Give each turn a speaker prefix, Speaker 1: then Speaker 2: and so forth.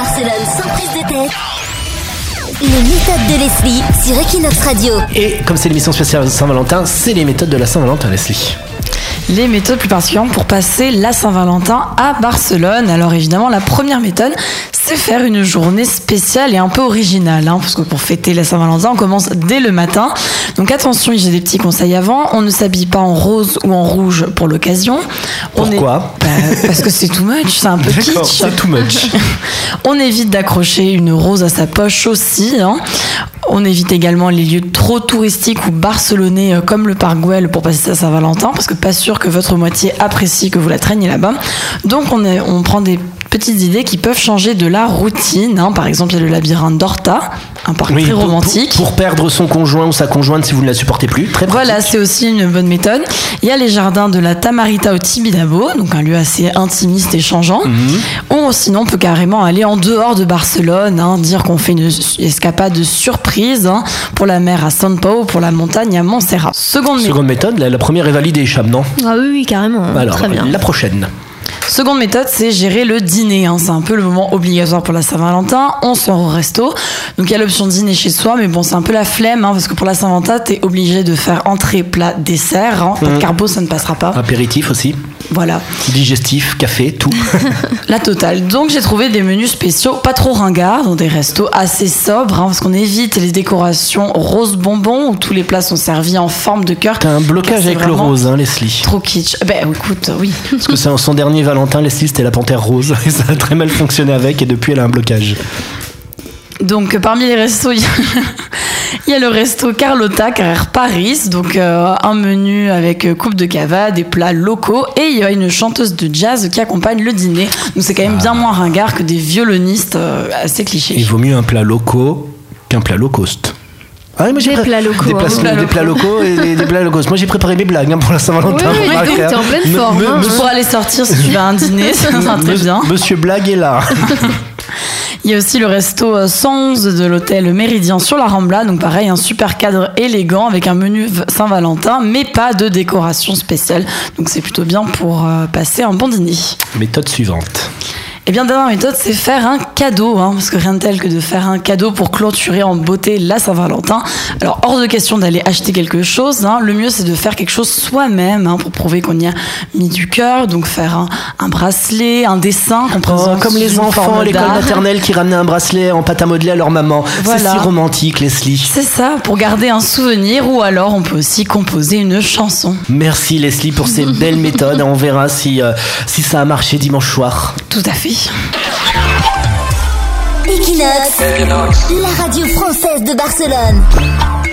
Speaker 1: Sans prise de tête. Les méthodes de Leslie sur Equinox Radio.
Speaker 2: Et comme c'est l'émission spéciale Saint-Valentin, c'est les méthodes de la Saint-Valentin, Leslie.
Speaker 3: les méthodes plus particulièrement pour passer la Saint-Valentin à Barcelone. Alors évidemment, la première méthode, c'est faire une journée spéciale et un peu originale, hein, parce que pour fêter la Saint-Valentin, on commence dès le matin. Donc attention, j'ai des petits conseils avant. On ne s'habille pas en rose ou en rouge pour l'occasion. On est-
Speaker 2: Pourquoi
Speaker 3: Bah, Parce que c'est too much, c'est un peu kitsch.
Speaker 2: c'est too much.
Speaker 3: On évite d'accrocher une rose à sa poche aussi. hein. On évite également les lieux trop touristiques ou barcelonais euh, comme le parc Güell pour passer à Saint-Valentin parce que pas sûr que votre moitié apprécie que vous la traîniez là-bas. Donc on, est- on prend des petites idées qui peuvent changer de la routine. hein. Par exemple, il y a le labyrinthe d'Horta, un parc
Speaker 2: Oui,
Speaker 3: très
Speaker 2: pour- pour-
Speaker 3: romantique.
Speaker 2: Pour, perdre son conjoint ou sa conjointe si vous ne la supportez plus. Très pratique.
Speaker 3: Voilà, c'est aussi une bonne méthode. Il y a les jardins de la Tamarita au Tibidabo, donc un lieu assez intimiste et changeant. Ou sinon, on peut carrément aller en dehors de Barcelone, hein, dire qu'on fait une escapade surprise hein, pour la mer à San Pau, pour la montagne à Montserrat. Seconde, mé-
Speaker 2: Seconde méthode, la, la première est validée, Cham, non
Speaker 4: Ah oui, oui,
Speaker 3: Mmh,
Speaker 4: carrément.
Speaker 2: Bah Alors,
Speaker 4: Très bien.
Speaker 2: la prochaine.
Speaker 3: seconde méthode, c'est gérer le dîner. hein. C'est un peu le moment obligatoire pour la Saint-Valentin. On sort au resto. Donc il y a l'option de dîner chez soi, mais bon, c'est un peu la flemme, hein, parce que pour la Saint-Valentin, t'es obligé de faire entrée, plat, dessert. hein. Pas de carbo, ça ne passera pas.
Speaker 2: Ah. Apéritif aussi.
Speaker 3: Voilà.
Speaker 2: Digestif, café, tout.
Speaker 3: La totale. Donc j'ai trouvé des menus spéciaux pas trop ringards, dans des restos assez sobres, hein, parce qu'on évite les décorations rose bonbon où tous les plats sont servis en forme de cœur.
Speaker 2: T'as un blocage
Speaker 3: C'est
Speaker 2: avec le
Speaker 3: vraiment
Speaker 2: rose, hein, Leslie.
Speaker 3: Trop kitsch. Ben écoute, oui.
Speaker 2: Parce que c'est son dernier Valentin, Leslie, c'était la panthère rose. Et ça a très mal fonctionné avec, et depuis, elle a un blocage.
Speaker 3: Donc euh, parmi les restos, il y a, il y a le resto Carlotta Carrère Paris, donc euh, un menu avec euh, coupe de cava, des plats locaux et il y a une chanteuse de jazz qui accompagne le dîner. Donc c'est quand
Speaker 2: Ah.
Speaker 3: même bien moins ringard que des violonistes euh, assez clichés.
Speaker 2: Il vaut mieux un plat locaux qu'un plat low cost. Ah, moi, j'ai
Speaker 4: Des
Speaker 2: pré-
Speaker 4: plats locaux,
Speaker 2: Des,
Speaker 4: hein.
Speaker 2: plats,
Speaker 4: Des plats
Speaker 2: des plats locaux et des, des plats low cost. Moi, j'ai préparé mes blagues hein, pour la Saint-Valentin.
Speaker 4: Oui, oui,
Speaker 2: remarquez,
Speaker 4: donc,
Speaker 2: hein.
Speaker 4: t'es en pleine
Speaker 2: Me-
Speaker 4: forme,
Speaker 2: me-
Speaker 4: hein.
Speaker 3: Donc,
Speaker 2: monsieur-
Speaker 3: pour aller sortir si tu vas à un dîner, ça sera très bien.
Speaker 2: Monsieur Blague est là.
Speaker 3: Il y a aussi le resto euh, 111 de l'hôtel Méridien sur la Rambla, donc pareil, un super cadre élégant avec un menu v- Saint-Valentin, mais pas de décoration spéciale. Donc c'est plutôt bien pour euh, passer un bon dîner.
Speaker 2: Méthode suivante.
Speaker 3: Et Eh bien dernière méthode, c'est faire un cadeau, hein, parce que rien de tel que de faire un cadeau pour clôturer en beauté la Saint-Valentin. Alors hors de question d'aller acheter quelque chose, hein, le mieux c'est de faire quelque chose soi-même hein, pour prouver qu'on y a mis du cœur, donc faire un, un bracelet, un dessin qu'on présente
Speaker 2: Oh, comme
Speaker 3: sous
Speaker 2: les
Speaker 3: une
Speaker 2: enfants
Speaker 3: forme
Speaker 2: à l'école
Speaker 3: d'art.
Speaker 2: maternelle qui ramenaient un bracelet en pâte à modeler à leur maman. C'est
Speaker 3: Voilà.
Speaker 2: si romantique, Leslie.
Speaker 3: C'est ça, pour garder un souvenir ou alors on peut aussi composer une chanson.
Speaker 2: Merci, Leslie, pour ces belles méthodes. On verra si, euh, si ça a marché dimanche soir.
Speaker 3: Tout à fait.
Speaker 1: Equinox, la radio française de Barcelone.